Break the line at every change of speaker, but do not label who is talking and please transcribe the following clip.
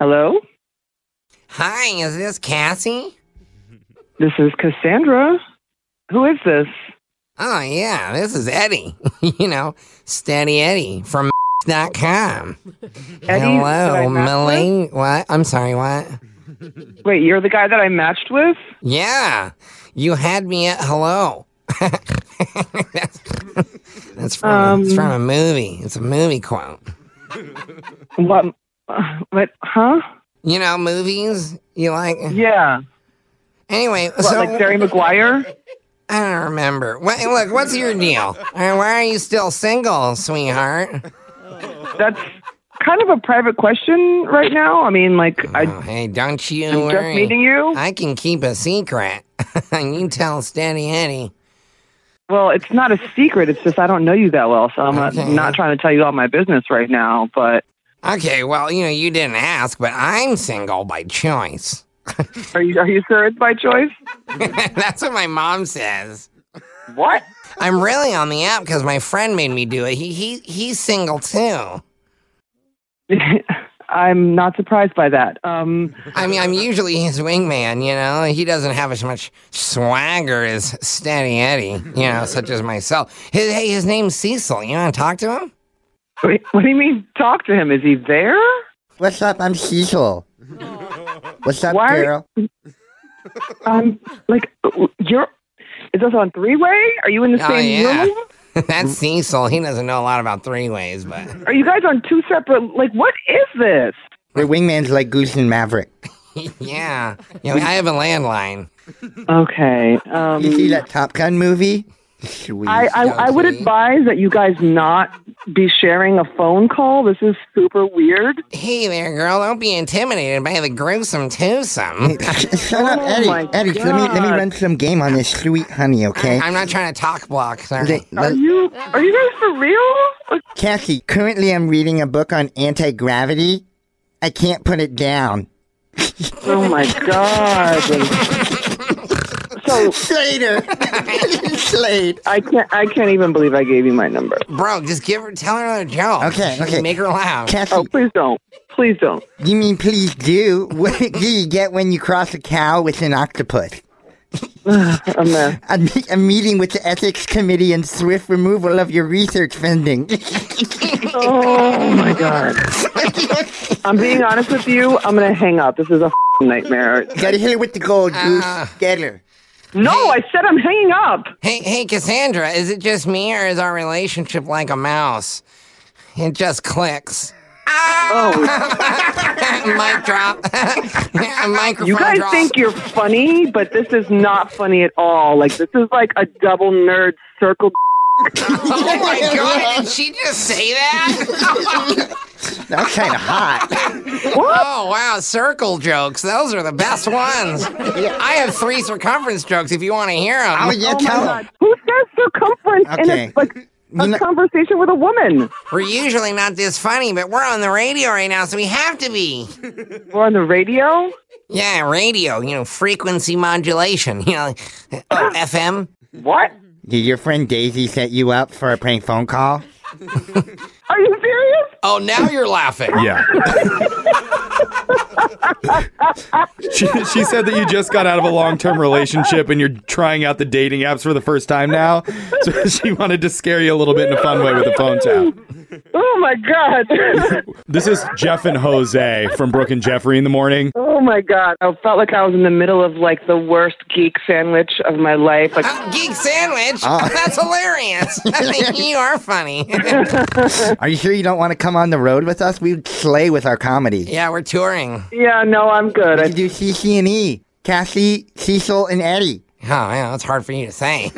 Hello?
Hi, is this Cassie?
This is Cassandra. Who is this?
Oh, yeah, this is Eddie. you know, Steady Eddie from dot com.
Eddie, that I
Hello,
matched
Millie. What? I'm sorry, what?
with? Wait, you're the guy that I matched with?
Yeah, you had me at hello. that's, that's from, it's
Um.
from a movie. It's a movie quote.
What? uh, What? Huh?
You know, movies you like.
Yeah.
Anyway,
What,
so
like Jerry Maguire?
I don't remember. What, look, what's your deal? And why are you still single, sweetheart?
That's kind of a private question right now. I mean, like, I,
Oh, hey, don't you
I'm just
worry.
meeting you.
I can keep a secret. you tell Steady Eddie.
Well, it's not a secret. It's just I don't know you that well, so I'm not,
Okay.
not trying to tell you all my business right now. But
Okay, well, you know, you didn't ask, but I'm single by choice.
are you are you sure it's by choice?
That's what my mom says.
What?
I'm really on the app because my friend made me do it. He he he's single too.
I'm not surprised by that. Um,
I mean, I'm usually his wingman. You know, he doesn't have as much swagger as Steady Eddie. You know, such as myself. His, hey, his name's Cecil. You want to talk to him?
what what do you mean? Talk to him? Is he there?
What's up? I'm Cecil. What's up,
Why are-
girl?
Um, like you're. Is this on three way? Are you in the
Oh,
same
yeah.
room?
That's Cecil. He doesn't know a lot about three ways, but
Are you guys on two separate? Like, what is this?
We're wingman's like Goose and Maverick.
yeah, you know, I have a landline.
Okay.
You see
Um,
that Top Gun movie? Sweet.
I, I I would advise that you guys not be sharing a phone call. This is super weird.
Hey there, girl. Don't be intimidated by the gruesome twosome.
Shut up,
Oh
Eddie.
my
Eddie, let me let me
God.
run some game on this sweet honey, okay?
I'm not trying to talk block. Sorry.
Let-
Are
let-
you are you guys for real? Like,
Cassie, currently I'm reading a book on anti gravity. I can't put it down.
oh my god! so
Slater, Slade.
I can't I can't even believe I gave you my number.
Bro, just give her, tell her another joke.
Okay, okay.
Make her laugh.
Cassie,
Oh please don't, please don't.
you mean please do? What do you get when you cross a cow with an octopus?
I'm there.
A, me- a meeting with the ethics committee and swift removal of your research funding.
Oh my god! I'm being honest with you. I'm gonna hang up. This is a nightmare.
Gotta hit her with the gold, Goose.
Ah.
Get her.
No, I said I'm hanging up.
Hey, hey, Cassandra, is it just me or is our relationship like a mouse? It just clicks.
Oh,
Mic drop. A microphone
you guys
drop.
think you're funny, but this is not funny at all. Like this is like a double nerd circle.
oh my god, did she just say that?
That's kind of hot.
oh wow, circle jokes. Those are the best ones. I have three circumference jokes if you want to hear them.
Oh, yeah,
Oh my
tell
God.
her.
Who says circumference in
Okay.
a, like
You
a
know-
conversation with a woman?
We're usually not this funny, but we're on the radio right now, so we have to be.
We're on the radio.
Yeah, radio, you know, frequency modulation, you know, like, oh, FM.
What?
Did your friend Daisy set you up for a prank phone call?
Are you serious?
Oh, now you're laughing.
Yeah. she, she said that you just got out of a long term relationship and you're trying out the dating apps for the first time now. So she wanted to scare you a little bit in a fun way with a phone tap.
Oh my god!
This is Jeff and Jose from Brooke and Jeffrey in the morning.
oh my god! I felt like I was in the middle of like the worst geek sandwich of my life. Like,
Uh, geek sandwich? That's hilarious. you are funny.
Are you sure you don't want to come on the road with us? We would slay with our comedy.
yeah, we're touring. Oh,
yeah, no, I'm good.
We
I,
could do CC and E, Cassie, Cecil, and Eddie.
Oh, yeah, that's hard for you to say.